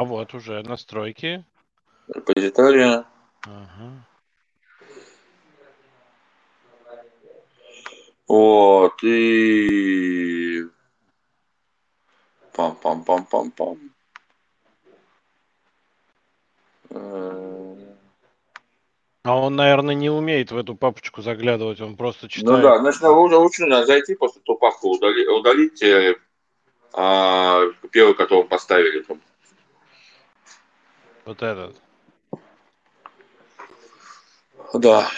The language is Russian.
А вот уже настройки. Репозитория. Ага. Вот, и... Пам-пам-пам-пам-пам. Э, А он, наверное, не умеет в эту папочку заглядывать, он просто читает. Ну да, значит, надо лучше, лучше надо зайти, после ту папку удали- удалить, э, а, первую, которую поставили. там. Вот этот. Да.